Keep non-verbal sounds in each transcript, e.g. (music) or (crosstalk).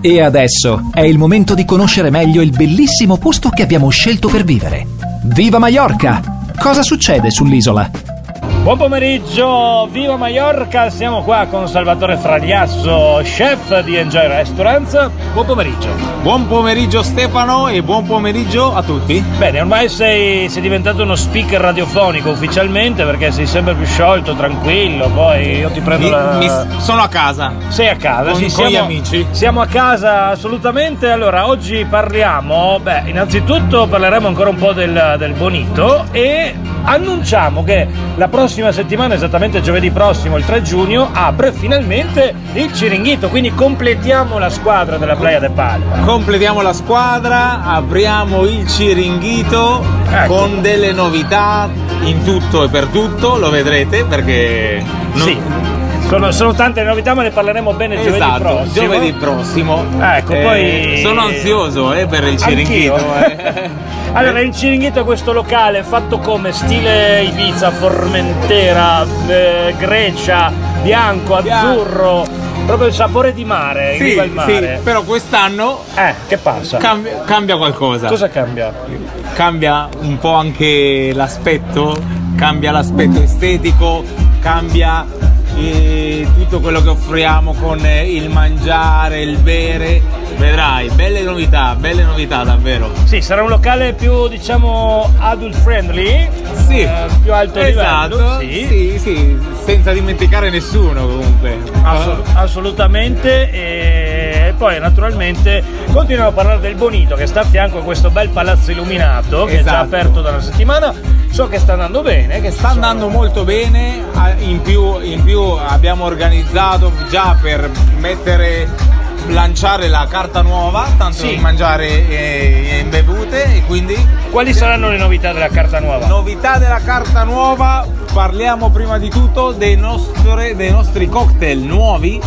E adesso è il momento di conoscere meglio il bellissimo posto che abbiamo scelto per vivere. Viva Mallorca! Cosa succede sull'isola? Buon pomeriggio, viva Mallorca! Siamo qua con Salvatore Fragliasso, chef di Enjoy Restaurants. Buon pomeriggio. Buon pomeriggio Stefano e buon pomeriggio a tutti. Bene, ormai sei, sei diventato uno speaker radiofonico ufficialmente perché sei sempre più sciolto, tranquillo. Poi io ti prendo Mi- la. mi s- sono a casa. Sei a casa, Con- sì, con siamo, gli amici. Siamo a casa assolutamente. Allora, oggi parliamo, beh, innanzitutto parleremo ancora un po' del, del bonito e annunciamo che la prossima settimana, esattamente giovedì prossimo, il 3 giugno, apre finalmente il Ciringhito, quindi completiamo la squadra della Playa de Palma. Completiamo la squadra, apriamo il ciringhito Ecco. con delle novità in tutto e per tutto, lo vedrete perché... non- Eh, Sì. Sono, sono tante le novità, ma ne parleremo bene giovedì Esatto, prossimo. giovedì prossimo. Eh, Ecco, poi- Sono ansioso eh, per il ciringhito. Anch'io. eh. (laughs) Allora, il Ciringhito è questo locale fatto come stile Ibiza, Formentera, eh, Grecia, bianco, Bianco. azzurro, proprio il sapore di mare, in riva sì, al sì, mare. però quest'anno Eh, che passa? cambia, cambia qualcosa. Cosa cambia? cambia un po' anche l'aspetto, cambia l'aspetto estetico, cambia eh, tutto quello che offriamo con eh, il mangiare, il bere. Vedrai, belle novità, belle novità davvero. Sì, sarà un locale più, diciamo, adult friendly, Sì, eh, più alto esatto, livello. sì, sì, senza dimenticare nessuno comunque. Assu- assolutamente e poi naturalmente continuiamo a parlare del Bonito che sta a fianco a questo bel palazzo illuminato che è già Esatto. aperto da una settimana so che sta andando bene che Sta andando molto bene, a- in più, in più abbiamo organizzato già per mettere, lanciare la carta nuova, tanto Sì. di mangiare e, e bevute e quindi... quali saranno le novità della carta nuova? Novità della carta nuova, parliamo prima di tutto dei, nostre- dei nostri cocktail nuovi,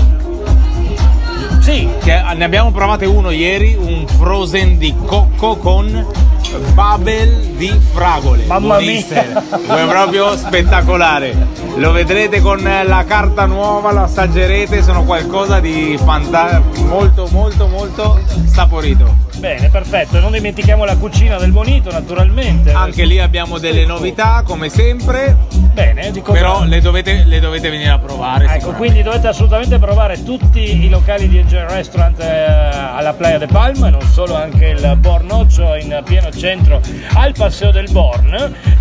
sì che ne abbiamo provate uno ieri, un frozen di cocco con babel di fragole. Mamma Buonissimo. mia. È proprio spettacolare. Lo vedrete con la carta nuova, lo assaggerete, sono qualcosa di fanta- molto molto molto saporito. bene perfetto non dimentichiamo la cucina del Bonito naturalmente Anche lì abbiamo delle novità come sempre, bene di cosa- però le dovete, le dovete venire a provare. Ecco, sicuramente. quindi dovete assolutamente provare tutti i locali di Enjoy Restaurant eh, alla Playa de Palma, non solo anche il Bornoccio in pieno centro al Paseo del Born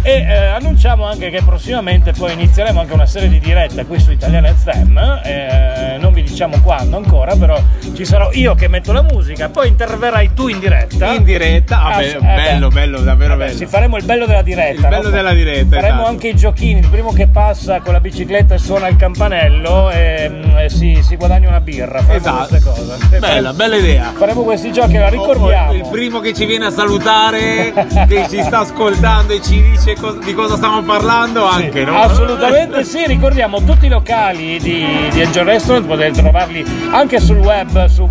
e eh, annunciamo anche che prossimamente poi inizieremo anche una serie di dirette qui su Italiana FM, eh, non vi diciamo quando ancora, però ci sarò io che metto la musica, poi interverrai tu in diretta. in diretta, ah, Ah, beh, sì, eh, bello, beh. bello, davvero Vabbè, bello. sì, faremo il bello della diretta. Il bello no? della diretta, Faremo esatto. anche i giochini. Il primo che passa con la bicicletta e suona il campanello e, mm, e si, si guadagna una birra. Faremo Esatto. queste cose. E Bella, faremo- bella idea. Faremo questi giochi, la ricordiamo. Il primo che ci viene a salutare, che ci sta ascoltando e ci dice cos- di cosa stiamo parlando, Sì, anche, no? Assolutamente sì, ricordiamo tutti i locali di, di Enjoy Restaurant, potete trovarli anche sul web su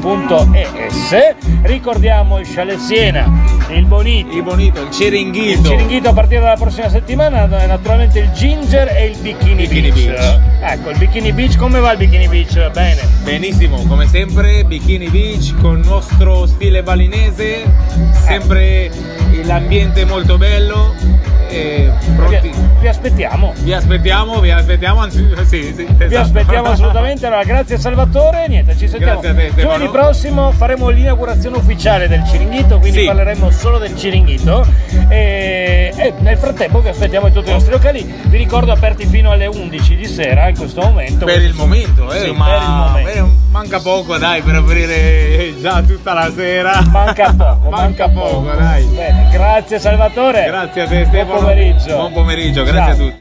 www.enjoyrestaurants.es. Ricordiamo il Chalet Siena, il Bonito, Il bonito, il ciringhito. Il Ciringhito a partire dalla prossima settimana è naturalmente il ginger e il bikini, Bikini beach. Beach. Ecco, il bikini beach, come va il bikini beach? Bene. Benissimo, come sempre, Bikini Beach con il nostro stile Eh. balinese, sempre l'ambiente molto bello. E Vi, pronti? vi aspettiamo. Vi aspettiamo, vi aspettiamo, anzi, sì, sì, Vi esatto. aspettiamo assolutamente. Allora, grazie Salvatore. Niente, ci sentiamo. Grazie a te, Stefano. Giovedì prossimo faremo l'inaugurazione ufficiale del Ciringhito, quindi Sì. parleremo solo del Ciringhito. E, e nel frattempo vi aspettiamo in tutti i nostri locali. Vi ricordo aperti fino alle 11 di sera in questo momento. Per il momento, eh, Sì, ma per il momento. eh, manca poco dai per aprire eh, già tutta la sera. Manca poco, (laughs) manca, poco, dai. Bene, grazie Salvatore. Grazie a te Buon Stefano. pomeriggio. Buon pomeriggio, grazie Ciao. a tutti.